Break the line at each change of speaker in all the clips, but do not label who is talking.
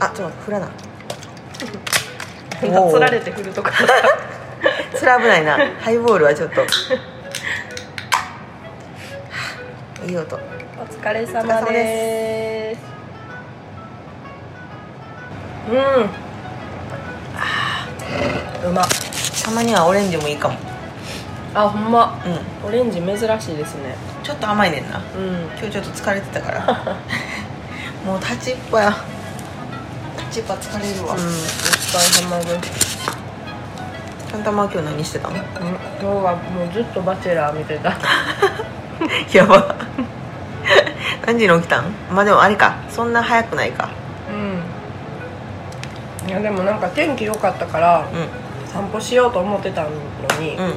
あちょっと待って振らな
つられてくるとか
それ危ないなハイボールはちょっとはあ いい音
お疲れ様
お疲れ様
で
です
うんあーうま
たまにはオレンジもいいかも
あほんま
うん
オレンジ珍しいですね
ちょっと甘いねんな
うん
今日ちょっと疲れてたから もう立ちっぱや立ちっぱ疲れるわ、
うんお疲れ様です、
たんたまは今日何して たの
うん、今日はもうずっとバチェラー見てた
やば 何時に起きたんまあでもあれかそんな早くないか
うんいやでもなんか天気良かったから
うん
散歩しようと思ってたのに、
うんうん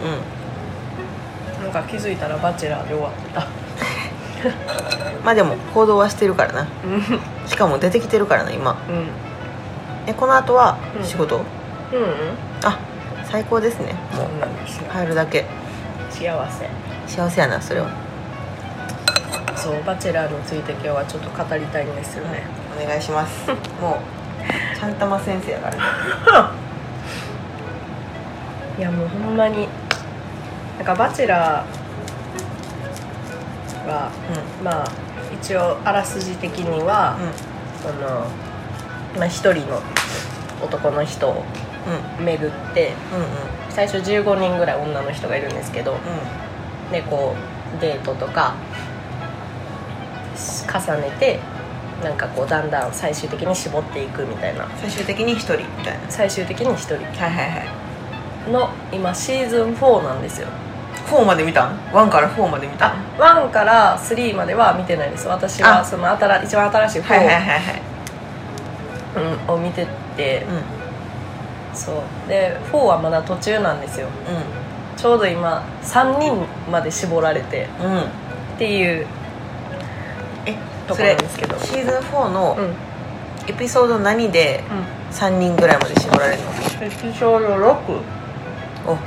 なんか気づいたらバチェラーで終わってた
まあでも行動はしてるからな
うん
しかも出てきてるからな今
うん
えこの後は
うん
仕事、
うん
あ最高ですね
そ
も
うなんですよ
う入るだけ
幸せ
幸せやなそれは
そうバチェラーについて今日はちょっと語りたいんですよね、
お願いします もうちゃんたま先生や から
いやもうほんまになんかバチェラーは
う
まあ一応あらすじ的には、
んうん
そのまあ一人の男の人を巡って
うんうん
最初15人ぐらい女の人がいるんですけどでこうデートとかし重ねてなんかこうだんだん最終的に絞っていくみたいな
最終的に一人みたいな
最終的に一人
はいはいはい
の今シーズン4なんですよ
4まで見たん1から4まで見たん
あ1から3までは見てないです私は
あ
その新一番新しい
はいはいはい
4
はい
うんを見てて
うん
そうで4はまだ途中なんですよ
う
ちょうど今3人まで絞られて
んうん
っていう
え
と
そ
ころな
れ
んですけど
シーズン4の
うんうん
エピソード何で3人ぐらいまで絞られるの
エピソード6
お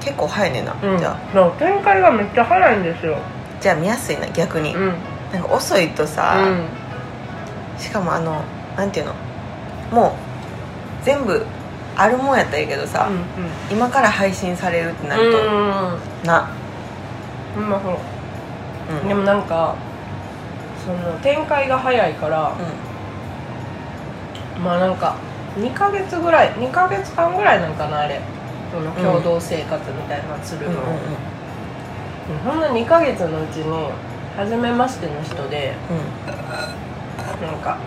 結構早いねんな、
うん
じゃ
そう展開がめっちゃ早いんですよ
あじゃあ見やすいな逆に、
うん
なんか遅いとさ、しかもあのなんていうのもう全部あるもんやったらいいけどさ、今から配信されるってなると、な、
うんうんまあそう
うん、
でもなんかその展開が早いから
う、ん
まあなんか2ヶ月ぐらい2ヶ月間ぐらいなんかなあれその共同生活みたいなのする
うん
の、
うんうん
ほんの2ヶ月のうちに初めましての人でなんか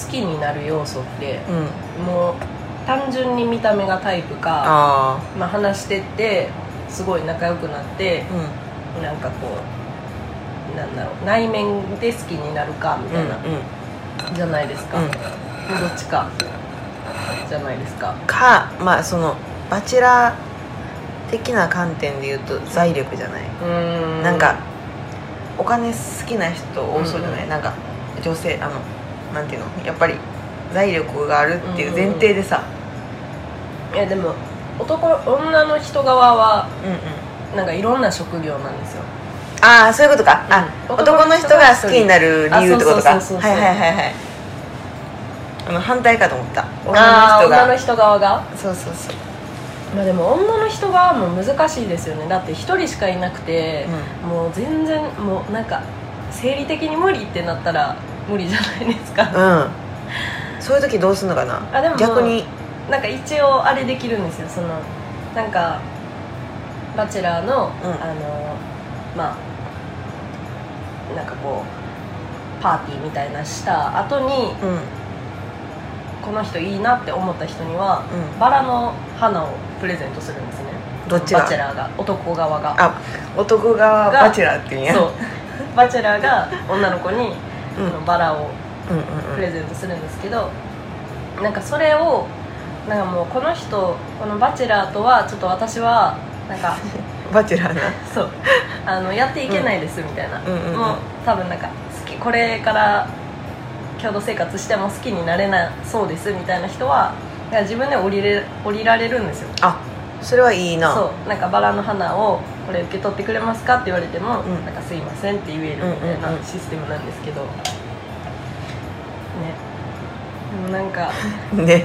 好きになる要素って
うんうん
もう単純に見た目がタイプか
あ
まあ、話してってすごい仲良くなって
あうんうん
なんかこうなんだろう内面で好きになるかみたいな、
うん
じゃないですか、
うん
どっちかじゃないですか
かまあそのバチェラー的な観点で言うと財力じゃない、
うん
なんかお金好きな人多そうじゃない、
うんうん
なんか女性あのなんていうのやっぱり財力があるっていう前提でさ、
いやでも男女の人側は
うんうん
なんかいろんな職業なんですよ
ああそういうことか、あ
うん
男の人が好きになる理由ってことか
あ
はい
そうそうそうそう
はいはいはいあの反対かと思った
女の
女
人女
の
の
人が
人側が
そうそうそう
まあでも女の人側も難しいですよねだって一人しかいなくて、もう全然もうなんか生理的に無理ってなったら無理じゃないですか、
うん、うん、そういう時どうすんのかな
あでも
逆に
なんか一応あれできるんですよそのなんか「バチェラーの」
うん
あのまあなんかこうパーティーみたいなした後に
うんうん
この人いいなって思った人にはバラの花をプレゼントするんですね
どっち
バ
が
チェラーが男側が
あ男側
が
バチェラーって言うんや
そうバチェラーが女の子に
うん
そのバラ
う
を
ん
プ
うんうん
レゼントするんですけどなんかそれをなんかもうこの人この「バチェラー」とはちょっと私はなんか
バチェラーな
そう あのやっていけないですみたいな、
うんうんうん
もう多分なんか好きこれから共同生活しても好きになれなそうですみたいな人はなんか自分で降りれ降りられるんですよ
あそれはいいな
そうなんかバラの花をこれ受け取ってくれますかって言われても、
うん
なんかすいませんって言えるみたいなシステムなんですけど、ねもうなんか
ね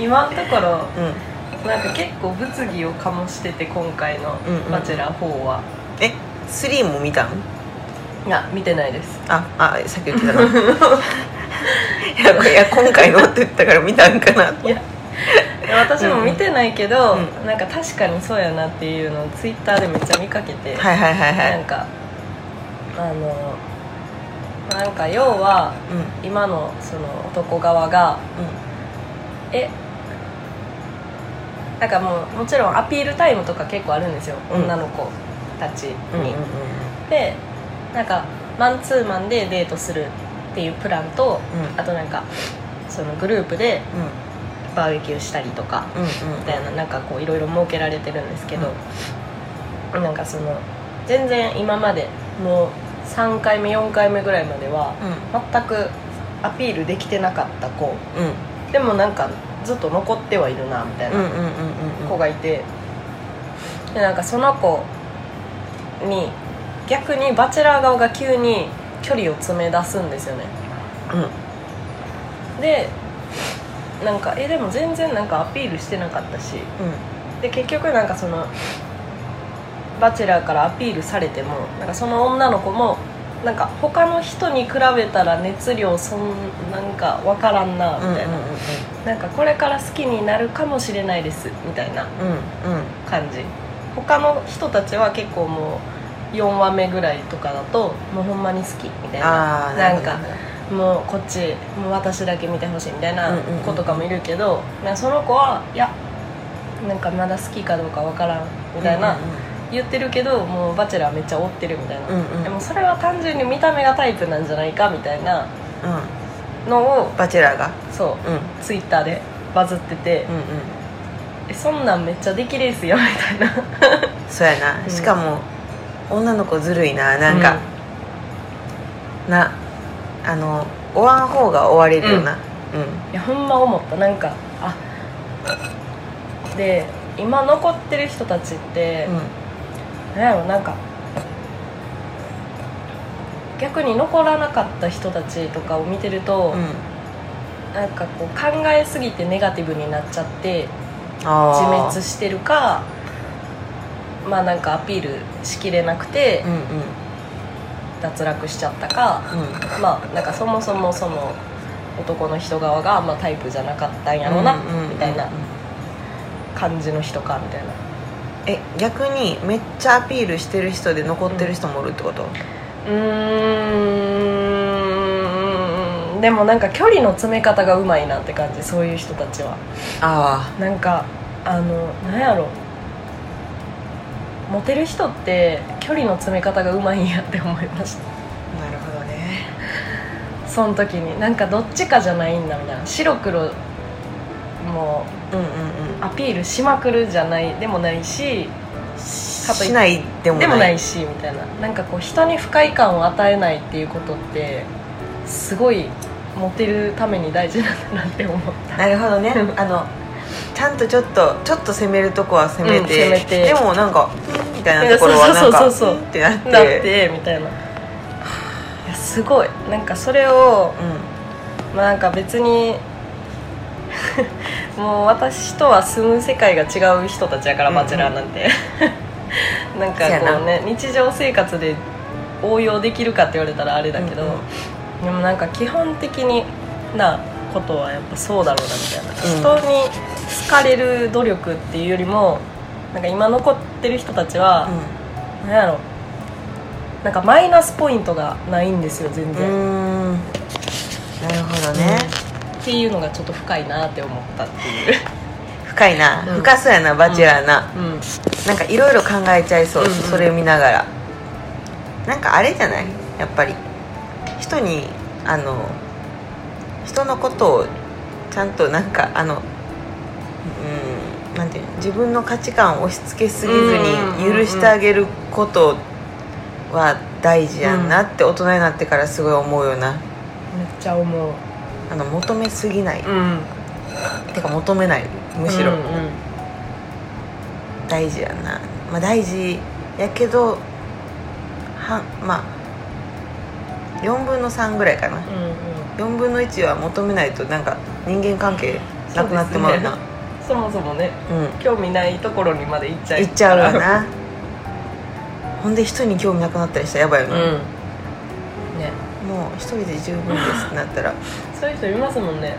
今のところ
うん
なんか結構物議を醸してて今回の
うんうん
「バチェラー4は」
え3も見たん
いや見てないです
ああさっき言 ってたないやこれいや今回のって言ったから見たんかなと
いやいや私も見てないけど、
うん
なんか確かにそうやなっていうのをツイッターでめっちゃ見かけて、
はいはいはいは
なん
い
かあのなんか要は
うんうん
今のその男側がえなんかもうもちろんアピールタイムとか結構あるんですよ、
うん
女の子たちに、
うんうんうん
でなんかマンツーマンでデートするっていうプランと、
うん
あとなんかそのグループでバーベキューしたりとか
うんうん
みたいななんかこういろいろ設けられてるんですけど、なんかその全然今までもう3回目4回目ぐらいまでは全くアピールできてなかった子
うん
でもなんかずっと残ってはいるなみたい
うんうんうんうん
な
うん
子がいて、でなんかその子に逆にバチェラー側が急に距離を詰め出すんですよね
うん
でなんかえでも全然なんかアピールしてなかったし
うん
で結局なんかそのバチェラーからアピールされてもなんかその女の子もなんか他の人に比べたら熱量そんなんか分からんなみたいな、なんかこれから好きになるかもしれないですみたいな
うんうんうん
感じ他の人たちは結構もう4話目ぐらいとかだともうほんまに好きみたい
あ
な
あ
なんかもうこっちもう私だけ見てほしいみたいな
うんうんうん
子とかもいるけど、なんかその子はいやなんかまだ好きかどうかわからんみたいな、言ってるけどもう「バチェラー」めっちゃ追ってるみたいな、
うんうん
でもそれは単純に見た目がタイプなんじゃないかみたいな
うん
のを
バチェラーが
そう
うん
ツイッターでバズってて
うんうん
「えそんなんめっちゃできれいすよ」みたいな
そうやな、
うん
しかも女の子ずるいななんか、なあの追わん方が追われるよなうん、
いやほんま思ったなんかあで今残ってる人たちって、
うん
なんやろなんか逆に残らなかった人たちとかを見てると、
うん
なんかこう考えすぎてネガティブになっちゃって
あ
自
ー
滅してるかまあなんかアピールしきれなくて
うんうん
脱落しちゃったか、まあなんかそもそもその男の人側があんまタイプじゃなかったんや
うん
ろうな、
うんうんうん
みたいな感じの人かみたいな
え逆にめっちゃアピールしてる人で残ってる人もおるってこと、
うーんでもなんか距離の詰め方がうまいなって感じそういう人たちは
あ
なんかあのなんやろモテる人って距離の詰め方がうまいんやって思いました
あなるほどね
その時になんかどっちかじゃないんだみたいな白黒も
うんうん
うアピールしまくるじゃないでもないし
うんしないでもない
でもないしみたいななんかこう人に不快感を与えないっていうことってすごいモテるために大事なんだなって思った
なるほどね
う
あのちゃんとちょっとちょっと攻めるとこは攻めて,、
うん攻めて
でもなんかうんみたいなところはなんか
そうそうそうそう
うんってなって
だってみたいないやすごいなんかそれを
う
まあなんか別に もう私とは住む世界が違う人たちやから、
うんうん
バチェラーなんて なんか
そやな
こうね日常生活で応用できるかって言われたらあれだけど、
うんう
でもなんか基本的になことはやっぱそうだろうなみたいな、
うん
人に好かれる努力っていうよりもなんか今残ってる人たちは、なんやろなんかマイナスポイントがないんですよ全
んう
然。
んうーんなるほどね、
っていうのがちょっと深いなって思ったっていう、
深いな、
うん
深そうやなバチェラーな、
うん、
なんかいろいろ考えちゃいそう、
うんうん
それを見ながらなんかあれじゃないやっぱり人にあの人のことをちゃんとなんかあのうんなんていうの自分の価値観を押し付けすぎず
うんうんうんう
に
ん
許してあげることは大事やんなって大人になってからすごい思うよな
めっちゃ思う
あの求めすぎない、
うん
てか求めないむしろ、
うんうん
大事やんな、まあ、大事やけどはまあ4分の3ぐらいかな
うんうん
4分の1は求めないとなんか人間関係なくなってまうな
そうそもそもね
うん
興味ないところにまで行っちゃう
行っちゃうわ なほんで人に興味なくなったりしたらやばいよ
う
な、
んね
もう一人で十分ですってなったらうん
そういう人いますもんね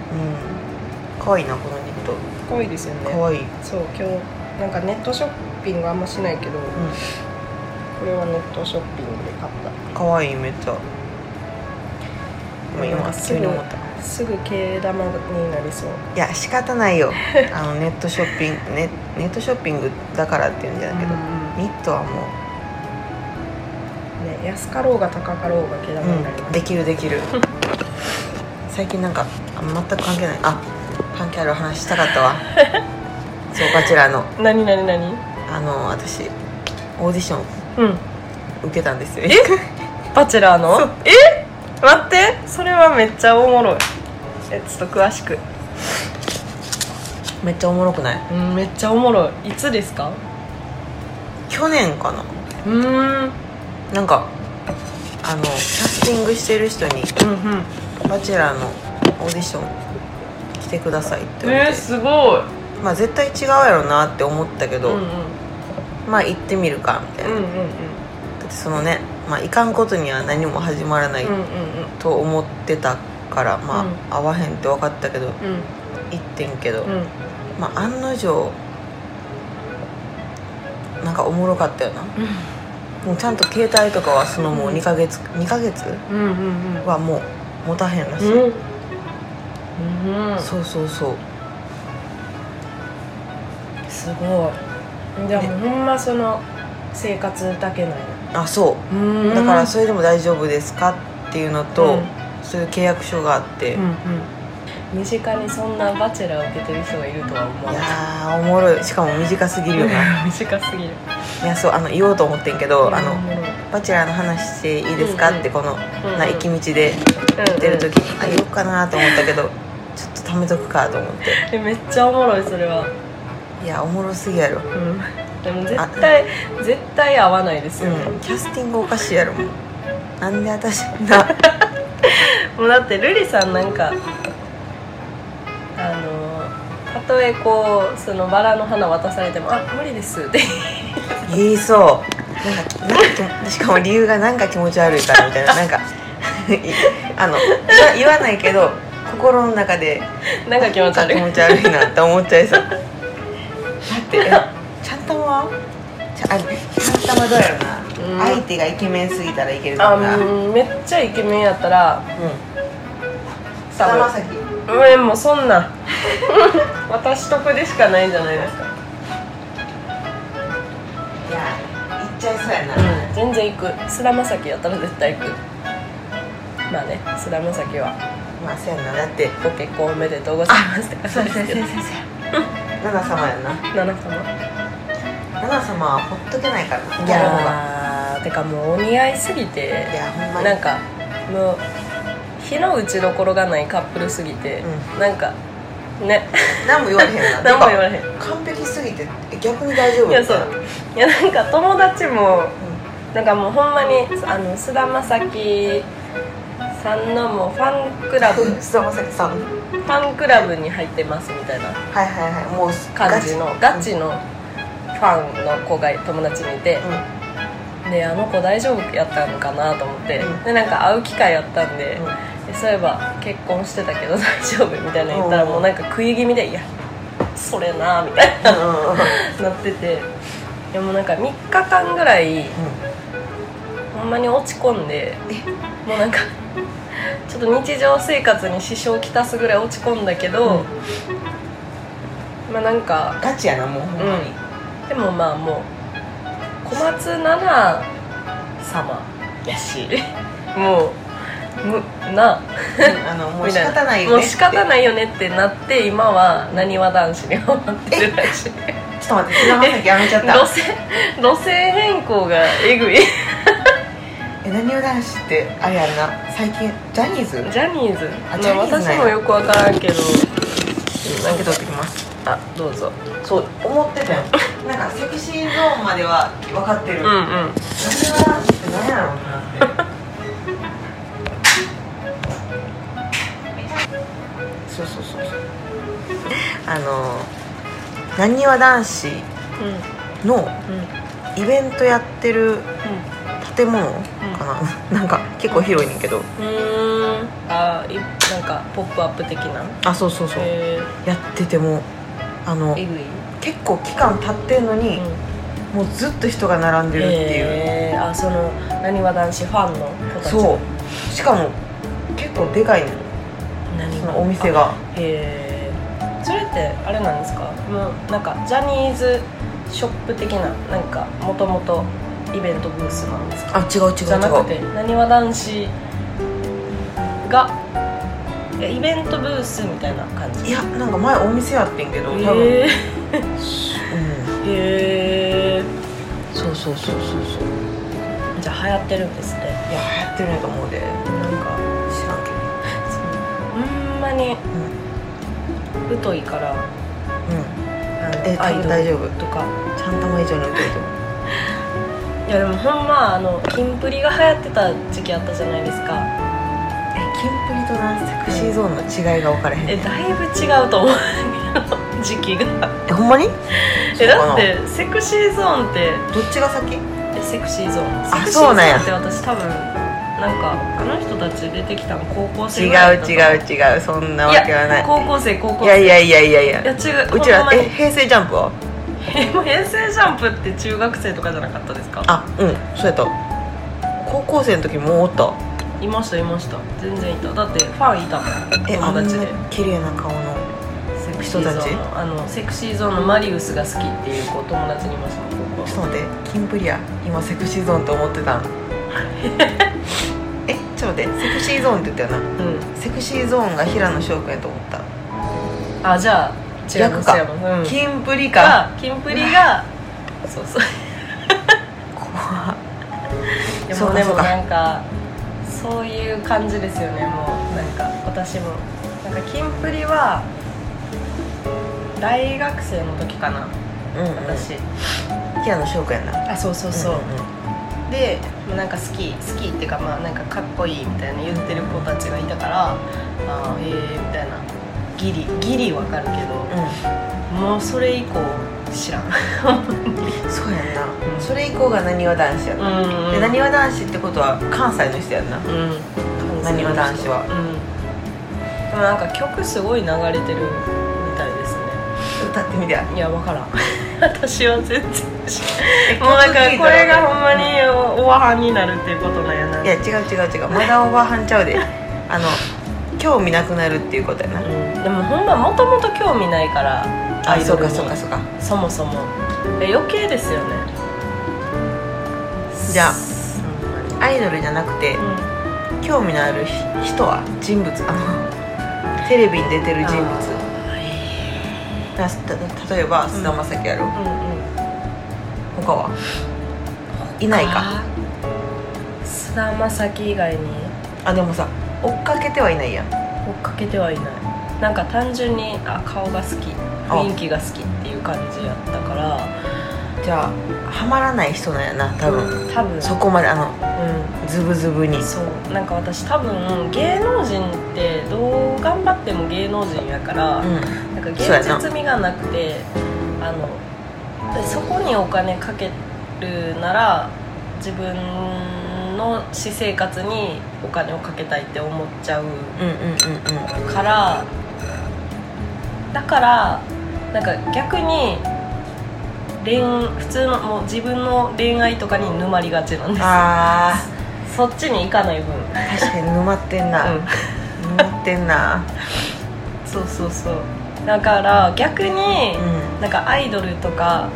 可愛いなこのニット
可愛いですよね
可愛い、うん、
そう今日なんかネットショッピングあんましないけど、これはネットショッピングで買っ
可愛いめっちゃ今
なんかす
急
ぐ
に思った
たすぐ毛玉になりそう
いや仕方ないよ あのネットショッピングネネットショッピングだからっていうんじゃないけど、ニットはも
ね、安かろうが高かろうが毛玉になり
う、う
ま
ん、
す、
できるで きる最近なんかあ全く関係ないあ関係ある話したかった わそうバチェラーの
なになになに
あの私オーディション
うん
受けたんですよ
バチェラーの
そう
え待ってそれはめっちゃおもろいえちょっと詳しく
めっちゃおもろくない
うんめっちゃおもろいいつですか
去年かな
うーんうん
なんかあのキャスティングしてる人に
うん
「バチェラー」のオーディション来てくださいって言わ
え
れ
ー、
て、
すごい
まあ絶対違うやろなって思ったけど、
うんうん
まあ行ってみるかみたいな、
うんうん
だってそのね、まあ、行かんことには何も始まらない
うんうんうん
と思ってたからまあ、
うん
合わへんって分かったけど
うん
行ってんけど、
うん
まあ案の定なんかおもろかったよなもうちゃんと携帯とかはそのもう2ヶ月2ヶ月
うんうんうん
はもう持たへんらしい、
うんうん
そうそうそう
すごいでもほんまその生活だけなんや
あそううだからそれでも大丈夫ですかっていうのと、
うん
そういう契約書があって、い
身近にそんなバチェラーを受けてる人がいるとは思わ
や
ない
ーおもろいしかも短すぎるよな
短すぎる
いやそうあの言おうと思ってんけど「あの
の
バチェラーの話していいですか?」
うんうん
ってこの、
うん
な行き道で出る時に「あ言おうかな」と思ったけどちょっと貯めとくかと思って
えめっちゃおもろいそれは、
いやおもろすぎやろ
うん、でも絶対絶対合わないですよね、
うん、キャスティングおかしいやろもうなんで私な
もうだってルリさんなんかあのたとえこうそのバラの花渡されても「あ無理です」って
言いそうなんかなんかしかも理由がなんか気持ち悪いからみたいななんか いあの言わ言わないけど心の中で
なんか気持ち悪
なんか
い
気持ち悪いなって思っちゃいそうだってえちゃんたまはちゃあちゃんたまどうやろな、
うん
相手がイケメンすぎたらいけるかも
あ
な、うん、
うんめっちゃイケメンやったら多
菅
分
田将暉
うんもうそんな 私得でしかないんじゃないですか、
いや行っちゃいそうやな、
うん、全然行く菅田将暉やったら絶対行くまあね菅田将暉は
まあそうやなだって
ご結婚おめでとうございますって
そう
感じ
そう
です
そ
け
うそ
ど
うナナ様やな
七様
ナナ様はほっとけないからなギ
い
ャラのが
やーてかもうお似合いすぎて
いやほんまに
なんかもう火の打ちどころがないカップルすぎて、なんかね
何も言われへんな
何も言われへん
てか完璧すぎてえ逆に大丈夫
いやそういやなんか友達もなんかもうほんまにあの菅田将暉さんのもうファンクラ ブフ
菅田将暉さんはい
ァンクラブに入ってますみたいな
はいはいもう
感じのガチのファンの子が友達にいて
う、ん
であの子大丈夫やったのかなと思って、
うん
でなんか会う機会あったんで、
うん
でそういえば結婚してたけど大 丈夫みたいな言ったら
うん
もうなんか食い気味で「いやそれな」みたいな
う
な っててでもうなんか3日間ぐらい
んうん
ほんまに落ち込んでもうなんかちょっと日常生活に支障をきたすぐらい落ち込んだけど、まあなんか
ガチやなもうほんまに、
うんでもまあもう小松菜奈様やしもうむ
う
な
んあのもう
み
仕
たいな
方ないよね
もう仕方
い
ないよねってなって今はなにわ男子にハマってるらしい
ちょっと待って菅田将暉やめちゃった
路線路線変更がえぐい
えなにわ男子ってあれやんな最近ジャニーズ
ジャニーズ
あジャニーズなんや
私もよくわからんけど
なんか取ってきます
あどうぞ
そう思ってたよなんかセクシーゾーンまでは分かってる、
うんうん
なにわ男子って何やろうなってそうそうそうそうあのなにわ男子
うんうん
の
うん
イベントやってる建物かな、 なんか結構広いねんけど
うんうーんあいなんかポップアップ的な
あそうそうそう
へ
やっててもあの
ーえぐい
結構期間経ってんのに、もうずっと人が並んでるっていう、
えーあそのなにわ男子ファンの子たち
そうしかも結構でかいね
なに
そ
わ
のお店が
へえそれってあれなんですかもうなんかジャニーズショップ的ななんかもともとイベントブースなんですか
あ違う違う違う
じゃなくてなにわ男子がえイベントブースみたいな感じ
いやなんか前お店やってんけど多分、
へ
うん
えへえ
そうそうそうそうそう
じゃあ流行ってるんですね
いや流行ってるんやと思うで
なんか
知らんけど
ほんまに疎いか
う
ら
ん、
あの
え多
アイ
分
ド
大丈
ル
夫
とか
ちゃんとま以上に打ってると思う
いやでもほんまあのキンプリが流行ってた時期あったじゃないですか
えキンプリとなセクシーゾーンの違いが分からへん
えだいぶ違う と思うけど時期が
えほんまに
え
そうか
だっ
な
てセクシーゾーンって
どっちが先
えセクシーゾーンセ
あ
クシーゾ
そ
ー
うなん
ン
や
って私多分なんかあの人たち出てきたの高校生
違う
ぐらいだった
違う違うそんなわけはない
高校生高校生
いやいやいやいやいや
いや違う
うち
ほん
ら
まに
え平成ジャンプは
えもう 平成ジャンプって中学生とかじゃなかったですか
あうんそうやった高校生の時もうおった
いましたいました全然いただってファンいたもん
えあ
友
んな
達で
綺麗な顔の
セクシーゾ
人たち
ーンのあのセクシーゾーンのマリウスが好きっていう子友達にいましたもん高校
ち
生
ょっと待ってキンプリや今セクシーゾーンと思ってたん えちょっと待ってセクシーゾーンって言ったよな
うん
セクシーゾーンが平野翔くんやと思った、
あじゃあ違う
逆か
違ううん
キンプリか
がキンプリがそう そう
怖っ
いや
そ
も
う
う
か
で
そ
も
うか
なんかそういう感じですよねもうなんか私もなんかキンプリは大学生の時かな
うん、
私、
平野翔くんやな
あそうそうそう、
んん
でまあなんか好き好きっていうかまあなんかかっこいいみたいな言ってる子たちがいたからああええみたいなギリギリわかるけど
うん
もうそれ以降知らん
そうやんな、それ以降がなにわ男子やな、
う
でなにわ男子ってことは関西の人やんな
うん
なにわ男子は
うんでもなんか曲すごい流れてるみたいですね
歌って みて
いやわからん私は全然知らんもうなんか
曲聞いたら
これがほんまにおばはんになるっていうことなんやない
や違う違う違うまだおばはんちゃう であの興味なくなるっていうことやな
うんでもほんまもともと興味ないからア
あ
イ
そ
ド
う
ル
か
に
そうかそうか
そもそもえ余計ですよね
じゃあ
ほんまに
アイドルじゃなくて興味のあるひ人は人物あのテレビに出てる人物だた例えば菅田将暉やろ、
うんうんうん
他は、いないか
あ菅田将暉以外に
あでもさ追っかけてはいないやん
追っかけてはいないなんか単純にあ顔が好き
あ
雰囲気が好きっていう感じやったから
じゃあハマらない人なんやな多分、
多分
そこまであの
う
ズブズブに
んそうなんか私多分芸能人ってどう頑張っても芸能人やから、
う
なんか
そうやな
現実味がなくてあのそこにお金かけるなら自分の私生活にお金をかけたいって思っちゃうん
うんうんうんうん
からだからなんか逆に恋普通のもう自分の恋愛とかに沼りがちなんで
あ
すそっちに行かない分、
ー確かに沼ってんな、沼ってんな
そうそうそうだから逆に、
うん
なんかアイドルとか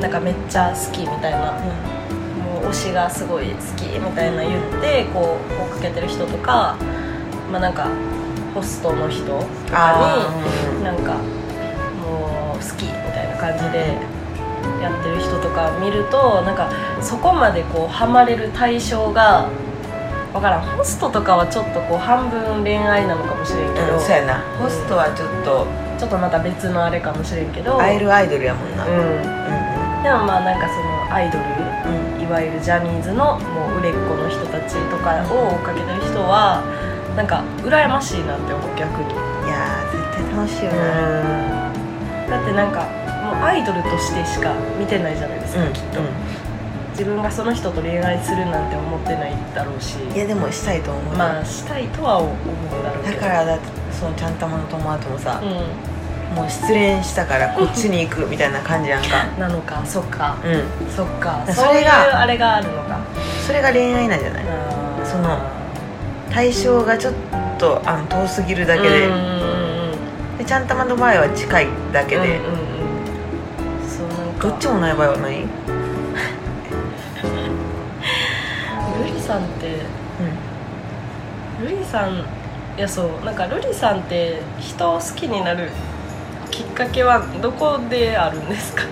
なんかめっちゃ好きみたいなもう推しがすごい好きみたいな言ってこう追っかけてる人とかまあなんかホストの人と
あ
かになんかもう好きみたいな感じでやってる人とか見るとなんかそこまでこうハマれる対象がわからんホストとかはちょっとこう半分恋愛なのかもしれんけ
ー
ど、
うんそうやなホストはちょっと
ちょっとまた別のあれかもしれんけど
会えるアイドルやもんな、うん
うんでもまあなんかそのアイドルいわゆるジャニーズのもう売れっ子の人たちとかを追っかけてる人はなんか羨ましいなって思う逆に
いやー絶対楽しいよな、
だってなんかもうアイドルとしてしか見てないじゃないですか、きっと、自分がその人と恋愛するなんて思ってないだろうし
いやでもしたいと思う、
まあしたいとは思うだろうけ
だ
ど
からだってそのちゃんたまの友達もさ
う、
もう失恋したからこっちに行くみたいな感じやんか
んなのかそっか
うん
そっか
そ
そう
れ
いう
が
あれがあるのか
それが恋愛なんじゃないその対象がちょっとあの遠すぎるだけで,、でちゃんたまの場合は近いだけで、
そうなんか
どっちもない場合はない、うん、
ルリさんってルリさんいやそうなんかルリさんって人を好きになるきっかけはどこであるんですかっ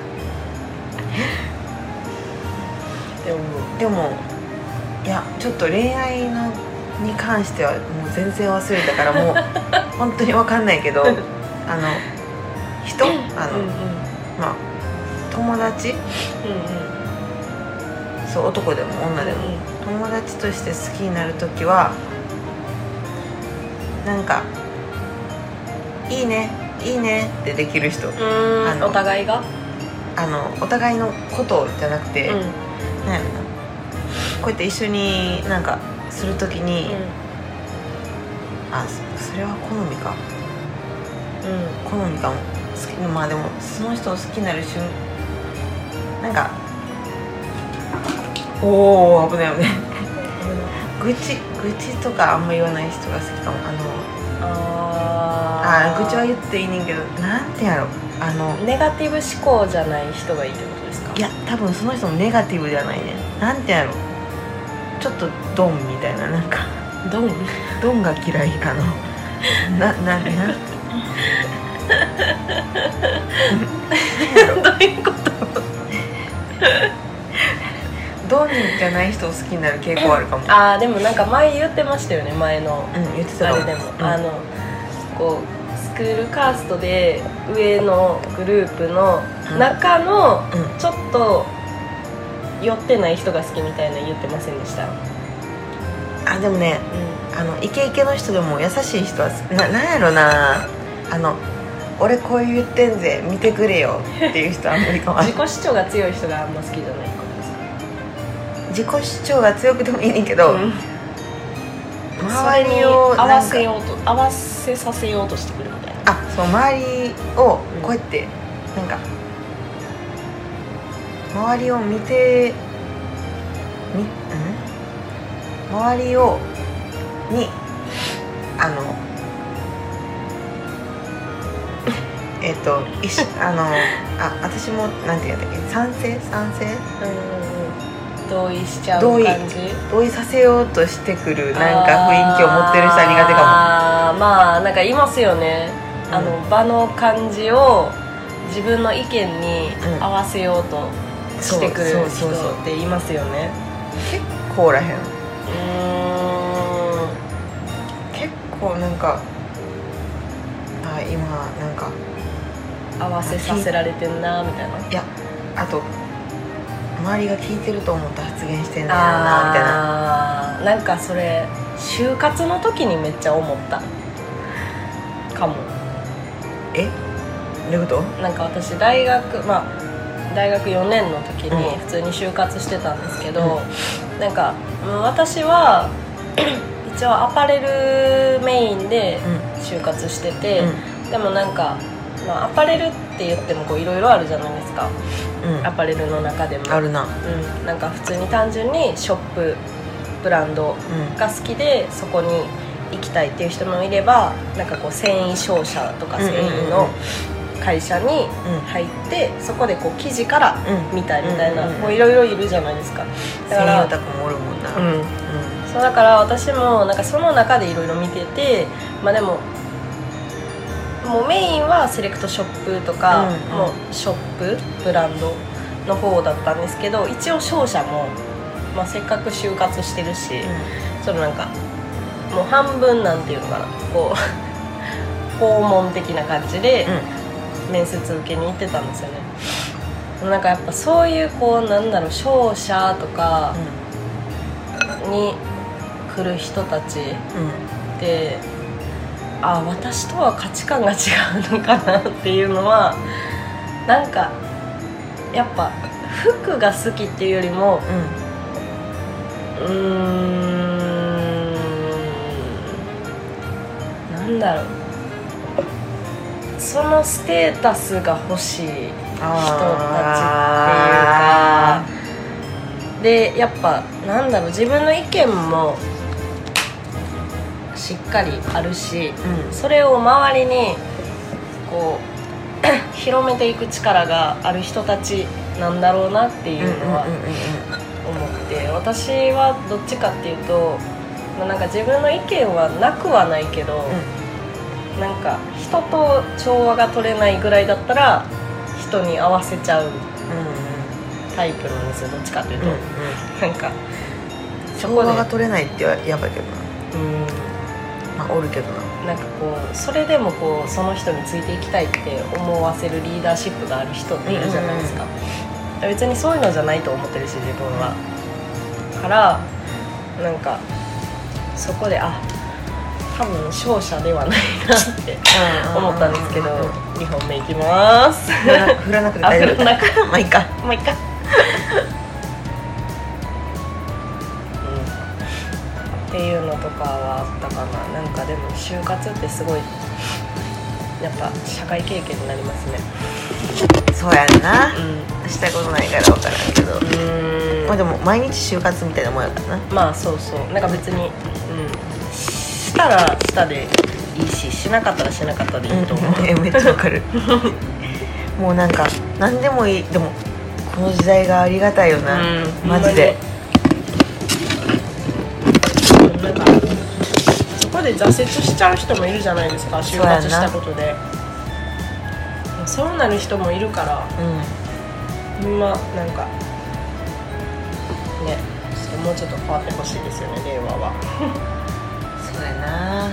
て思う
でもいやちょっと恋愛のに関してはもう全然忘れたからも う本当に分かんないけどあの人あの、
うんうんうん
まあ友達そう男でも女でも、友達として好きになる時はなんか「いいねいいね」ってできる人
うんうん
あの
お互いが
あのお互いのことじゃなくて、
う
な
ん
んやろなこうやって一緒になんかする時に、あそそれは好みか
うん
好みかも好きまあでもその人を好きになる瞬なんかおお危ない危ない愚痴愚痴とかあんま言わない人が好きかもあの
あ
あ
ー
ー愚痴は言っていいねんけどなんてやろあの
ネガティブ思考じゃない人がいいってことですか
いや多分その人もネガティブじゃないねなんてやろちょっとドンみたいななんか
ドン
ドンが嫌いかなななな
どういうこと
ドンじゃない人を好きになる傾向あるかも
ああでもなんか前言ってましたよね前の
うん言ってた
あ
か
れでも、
うん
あのこうスクールカーストで上のグループの中の
うん
ちょっと寄ってない人が好きみたいな言ってませんでした、
あでもねあのイケイケの人でも優しい人はななんやろなあの俺こう言ってんぜ見てくれよっていう人はあんまり かも
自己主張が強い人があんま好きじゃないってことですか
自己主張が強くてもいいねんけど、
うん
周りを
それ
な
に合わ
んか
せようと合わせさせようとしてくるみたいな
あそう周りをこうやってなんか周りを見てみうん周りをにあの えっと一緒あのあ私もなんて言うんだっけ賛成賛成
同意しちゃう
同
感
意
じ
同意させようとしてくるなんか雰囲気を持ってる人は苦手か
あーまあなんかいますよね、
うん
あの場の感じを自分の意見に
うん
合わせようと
も
してく
そう
る人
そうそうそう
っていますよね
結構おらへん
うーん
結構なんかあ今なんか
合わせさせられてんなみたいない
やあと周りが聞いてると思って発言してんだよなみたいな
あーなんかそれ就活の時にめっちゃ思ったかも
えどういうこと
なんか私大学まあ大学4年の時
う
に
ん
普通に就活してたんですけど、なんかうん私は 一応アパレルメインで
うん
就活してて、
うん
でもなんか、まあ、アパレルって言ってもこういろいろあるじゃないですか
うん
アパレルの中でも
あるな
うん、なんか普通に単純にショップブラン
う
ド
ん
が好きでそこに行きたいっていう人もいればなんかこう繊維商社とか繊維の会社に入ってそこでこう生地から
うん
見たいみたいな
うんうんうん
もういろいろいるじゃないですかだ
専
か
用
ら
タクもおるもんな
うんんそうだから私もなんかその中でいろいろ見ててまあでももうメインはセレクトショップとか、
うんうん
もうショップブランドの方だったんですけど一応商社も、まあ、せっかく就活してるし、そのなんかもう半分なんていう のかなこう訪問的な感じで面接受けに行ってたんですよね。なんかやっぱそういうこうなんだろう商社とかに来る人たち
うんうん
てあ私とは価値観が違うのかなっていうのはなんかやっぱ服が好きっていうよりも
う
うーんなんだろうそのステータスが欲しい
ん
あ
人たちっていうか
でやっぱなんだろう自分の意見もしっかりあるしそれを周りにこう 広めていく力がある人たちなんだろうなっていうのは
うんうんうん
思って私はどっちかっていうとまあなんか自分の意見はなくはないけど、なんか人と調和が取れないぐらいだったら人に合わせちゃうタイプなんですよどっちかっていうと、
うんうんうんうん
なんかそ
調
こで
和が取れないってやばいけど
うん
なまあおるけどな
なんかこうそれでもこうその人についていきたいって思わせるリーダーシップがある人っているじゃないですか、別にそういうのじゃないと思ってるし自分はからなんかそこであ多分勝者ではないなって思ったんですけど
うんうんうん
2本目いきます
振らな振らなくて
あ
大丈
なん
夫
か
まあいいか
もう一回っていうのとかはあったかななんかでも就活ってすごいやっぱ社会経験になりますね
そうやんな
う
したことないから分からんけど
ん
まあでも毎日就活みたいなもんやからな
まあそうそうなんか別にうんしたらしたでいいししなかったらしなかったでいいと思う、
えめっちゃわかるもうなんか何でもいいでもこの時代がありがたいよな、
うん
マジで
なんかそこで挫折しちゃう人もいるじゃないですか就活したことでそうなる人もいるから
うん
ほんまなんかねちょっともうちょっと変わってほしいですよね令和は
そうやな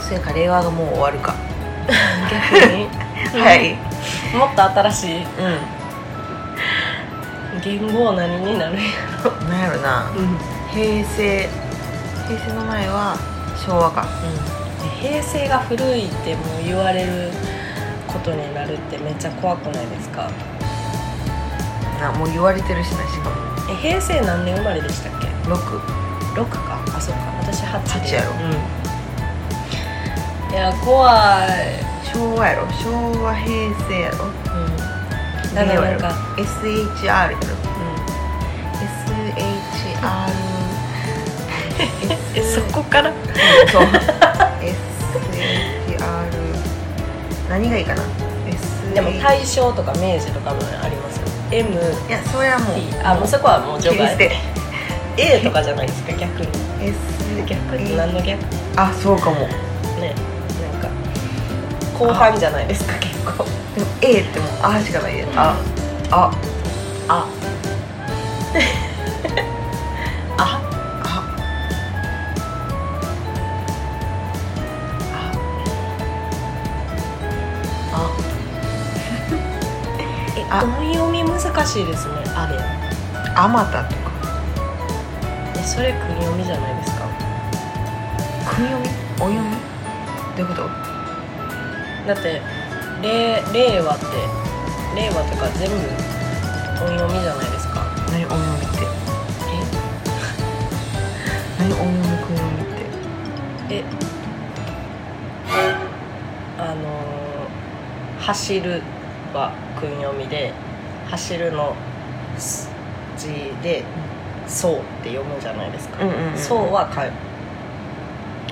そうやから令和がもう終わるか
逆に
はい
もっと新し
う
い
ん
言語は何になるんやろ
なんやろな
うん、
平成平成の前は昭和か
平成が古いってもう言われることになるってめっちゃ怖くないですか
なもう言われてるしなしかも
え平成何年生まれでしたっけ
6
6かあそうか私8で
八やろ
うんいや怖い、
昭和やろ昭和平成やろ
うん、だからなん
令和やろ
か、
SHR やろ
う
SHR
ん、えそこから
そう SHR 何がいいかな S
でも大正とか明治とかもありますよ MT
いやそれはもう
あもうそこはもう
切
除
り捨
外
て
A とかじゃないですか逆に
S
逆に何の逆
あそうかも
ねなんか後半じゃないですか結構
でも A ってもうあしかないでああ
ああ
ああ
え
あ
音読み難しいですねあれ
ああまたとか
えそれ訓読みじゃないですか
訓読みお読みどういうこと
だって令令和って令和とか全部音読みじゃないですか
何お読みって何お読み訓読みって
ええあのー走る」は訓読みで「走る」のす字で「そう」って読むじゃないですか
うんうんう
「
ん
そう」はか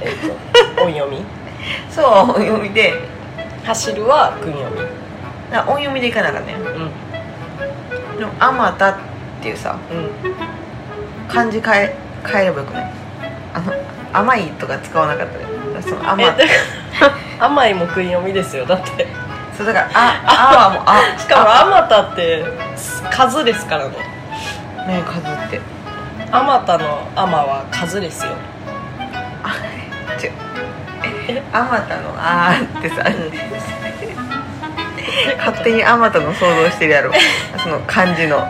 え っと音読み
そうお読みで
「走る」は訓読み
な音読みでいかなあかんね
うん
でも「あまた」っていうさ
うん
漢字変え変えればよくないあの「甘い」とか使わなかったでその「あま
えだから甘いも訓読みですよだって
そうだから「あ」あはもう「あ」
しかもあまたって数ですからね
「ねえ数」って
あまたのあまは数ですよ
「あまたのあ」 ってさ勝手に「あまた」の想像してるやろその漢字の
うん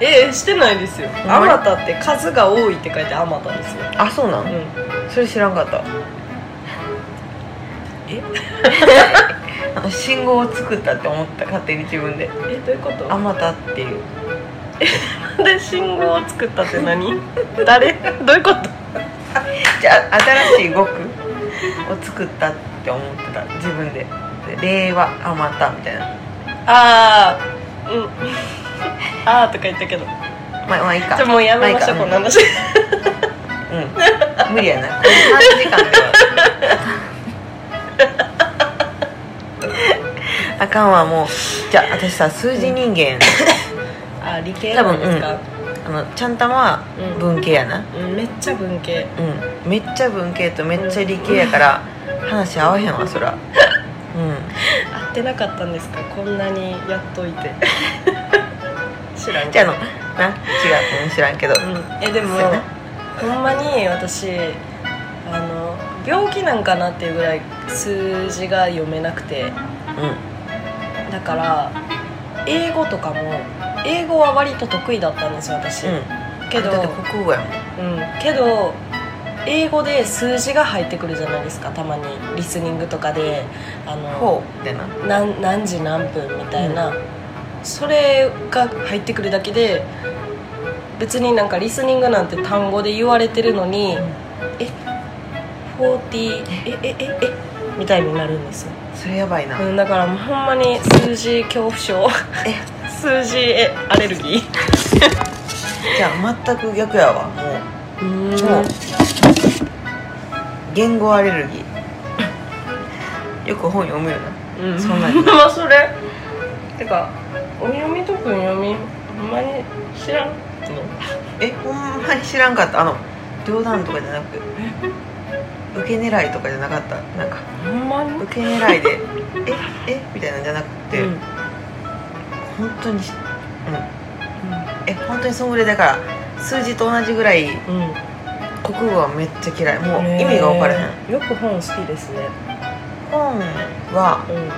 えしてないですよ
ほん
あ
まに
またって数が多いって書いてあまたですよ
あそうなん、
うん
そそれ知らんかった
え
あの 信号を作ったって思った勝手に自分で
えどういうこと
あまたっていう
で信号を作ったって 何誰どういうこと
じゃあ新しい語句を作ったって思ってた自分でで令和あまたみたいな
ああうん ああとか言ったけどじ
まあまあいいか
ゃあもうやめましょうこ
まあいい
の
か
話
うん無理やなこの短時間で はあかんわもうじゃあ私さ数字人 間
あ理系なんですか、
あのちゃんたまは文系やな
うんめっちゃ文系
うんめっちゃ文系とめっちゃ理系やから話合わへんわそ らうん
合ってなかったんですかこんなにやっとい て知らん
じゃああの
う
な違ううん知らんけど
ん、えでも
そうやな
ほんまに私あの病気なんかなっていうぐらい数字が読めなくて
う
だから英語とかも英語は割と得意だったんですよ私、
んうん
けど、う
だ
ん
って、国語やもん
けど英語で数字が入ってくるじゃないですかたまにリスニングとかであの
こうってな
何何時何分みたいな、それが入ってくるだけで別になんかリスニングなんて単語で言われてるのに、え40ええええみたいになるんですよ、
それやばいな、
うん、だからもうほんまに数字恐怖症
え
数字えアレルギー
じゃあ全く逆やわもう
うん
もう言語アレルギ ーよく本読むよ
うん、
そんなに
まあそれてかお読みとくん読みほんまに知らんの
なえほんまに知らんかったあの冗談とかじゃなく受け狙いとかじゃなかったなんか
ほんまに
受け狙い でええみたいなんじゃなくて、
うん
本当にしうんえ本当にそんぐらいだから数字と同じぐらい
うん
国語はめっちゃ嫌いもう意味が分からへん
へーよく本好きですね
本は
うん
で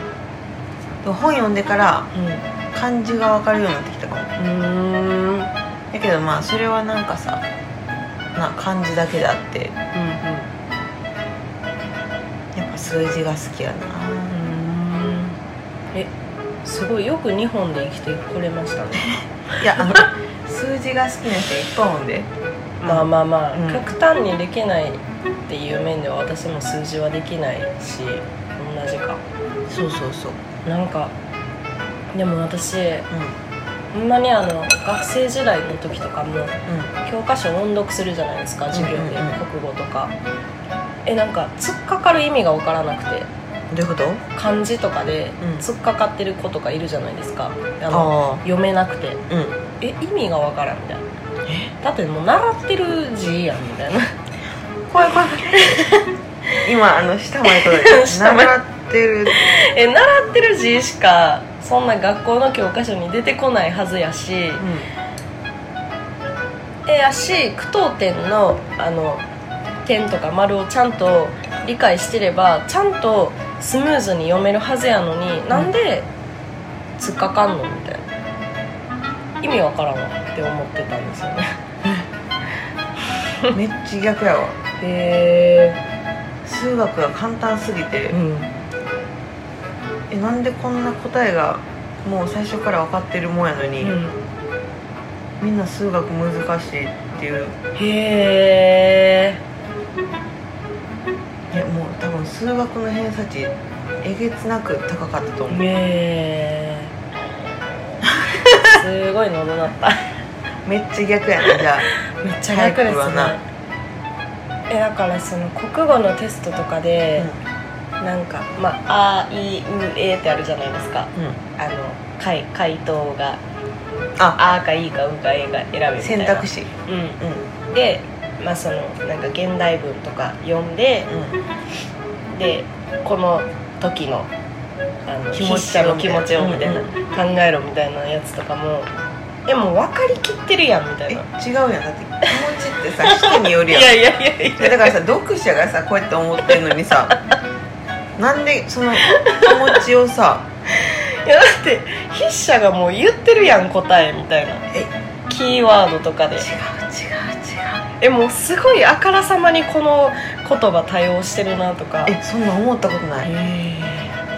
も本読んでから
うん
漢字が分かるようになってきたかも
うんうん
だけどまあそれはなんかさな漢字だけであってやっぱ数字が好きやな
うんえすごいよく日本で生きてこれましたね
いやあ の数字が好きな人いっぱいおんで
まあまあまあ、
うん
極端にできないっていう面では私も数字はできないし同じか
そうそうそう
なんかでも私
うん
ほんまにあの学生時代の時とかも
うん
教科書音読するじゃないですか授業で、
うんうんうん
国語とかえなんか突っかかる意味が分からなくて
どういうこと
漢字とかで
うん
突っかかってる子とかいるじゃないですか、あの
あ
読めなくて
あうん
え意味が分からんみたいなだってもう習ってる字やんみたいな
怖い 怖い今あの 下まで届いた
下まで
習ってる
え習ってる字しかそんな学校の教科書に出てこないはずやし、えやし句読点のあの点とか丸をちゃんと理解してればちゃんとスムーズに読めるはずやのに、なんで突っかかんのみたいな意味わからんわって思ってたんですよね
うんめっちゃ逆やわ
へ
数学が簡単すぎて
えうん
えなんでこんな答えがもう最初から分かってるもんやのに、みんな数学難しいっていう
へえ
えもう多分数学の偏差値えげつなく高かったと思う
ねえすごい喉鳴った
めっちゃ逆やな じゃあ
めっちゃ楽で
早
す
くは
ね
な
えだからその国語のテストとかで、なんかまあ「あいうえ」ってあるじゃないですか
うん、うん、
あの回回答が「
あ
あ」か「い」か「う」か「え」が選べるみたい
選
な
択、肢
う
うん
ん、でまあそのなんか現代文とか読んで
うん
でこの時のあの
気持ちを
筆者の気持ちをみ
み
た
た
い
い
な、
な
考えろみたいなやつとかもえもう分かりきってるやんみた
え
い
違
な
うやんだって気持ちってさ人によ
い
るやん
やいやいやいや
だからさ読者がさこうやって思ってるのに さなんでその気持ちをさ
いやだって筆者がもう言ってるやん答えみたいな
え違う違
キーワードとかで
う違う
えもうすごいあからさまにこの言葉多用してるなとか
えそんなん思ったことない
へ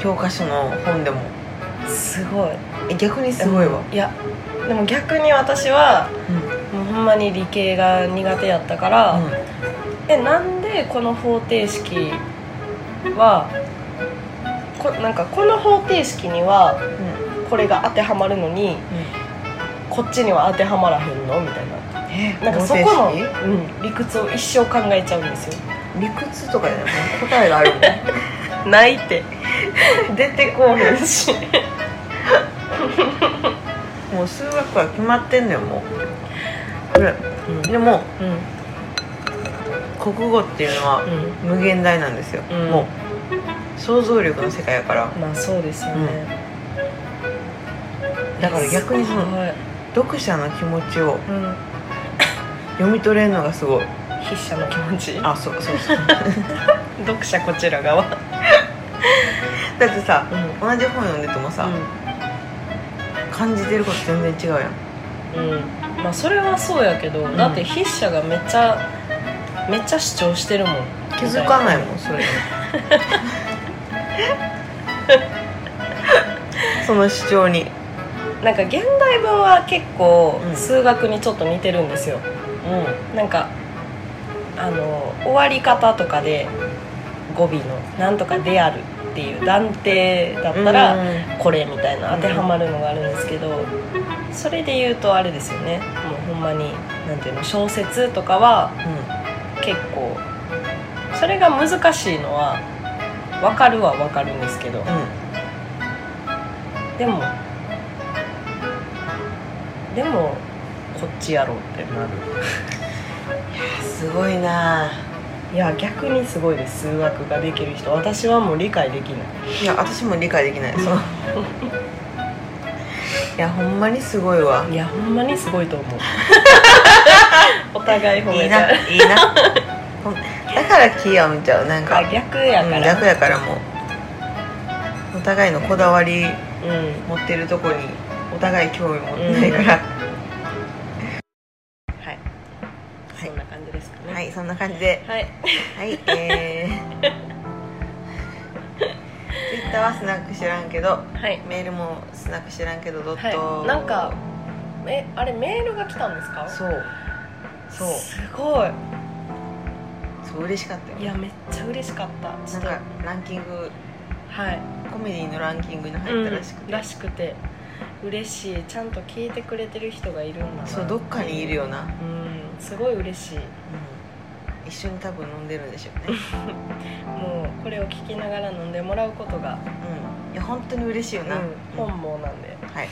教科書の本でも
ーすごい
え逆にすごいわ
いやでも逆に私は
うん、
もうほんまに理系が苦手やったから、えなんでこの方程式はこなんかこの方程式にはこれが当てはまるのにこっちには当てはまらへんのみたいな
え
なんかそこ
方
の、
程式
うん、理屈を一生考えちゃうんですよ
理屈とかじゃないもう答えがあるもん
ない って
出てこうへん
し
もう数学は決まってんのよもうこれ
うん
でも
うん
国語っていうのは
うん
無限大なんですよ、
うん
もう想像力の世界やから
まあそうですよね、
だから逆にそ
す
の
ごい
読者の気持ちを
うん
読み取れるのがすごい
筆者の気持ち
あそうそう そう
読者こちら側
だってさ
うん
同じ本読んでてもさ、感じてること全然違うやん
うん、まあそれはそうやけど、
ん
だって筆者がめっちゃめっちゃ主張してるもん
気づかないいもん それその主張に
なんか現代文は結構
うん
数学にちょっと似てるんですよ、なんかあの終わり方とかで語尾の「なんとかである」っていう断定だったら、
うん
これみたいな
うん
当てはまるのがあるんですけど、それで言うとあれですよねもうほんまになんていうの小説とかは結構それが難しいのは分かるは分かるんですけど
う
でもでもこっちやろうってなる
んすごいない
や逆にすごいです数学ができる人私はもう理解できない
いや私も理解できない そのいやほんまにすごいわ
いやほんまにすごいと思 うお互い褒
いい
めたい
ないいなほんだから気合うんちゃうなんか
あ逆や
うん
から、
楽やからもうお互いのこだわり
うん
持ってるとこにお互い興味持ってないから、
はい、
はい
そんな感じですかね
はいそんな感じで
はい、
はいえー Twitter はスナック知らんけど
はい
メールもスナック知らんけどドット、
はい、なんかえあれメールが来たんですか
そうそう
すごい
そう嬉しかったよ
いやめっちゃ嬉しかったち
な
ょ
ん
っ
か
と
ランキング
はい
コメディのランキングに入ったらしく
うん
て、
らしくて嬉しいちゃんと聞いてくれてる人がいるんだな
そうどっかにいるよな、
うんすごい嬉しい
一緒に多分飲んでるんでしょう ね、
もうこれを聞きながら飲んでもらうことが、
うん、いや本当に嬉しいよ
う
な、
ん、本望なんで
はい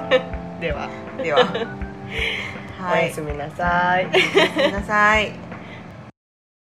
はいでは、
ではは
おや
い
すみなさい
おやすみなさい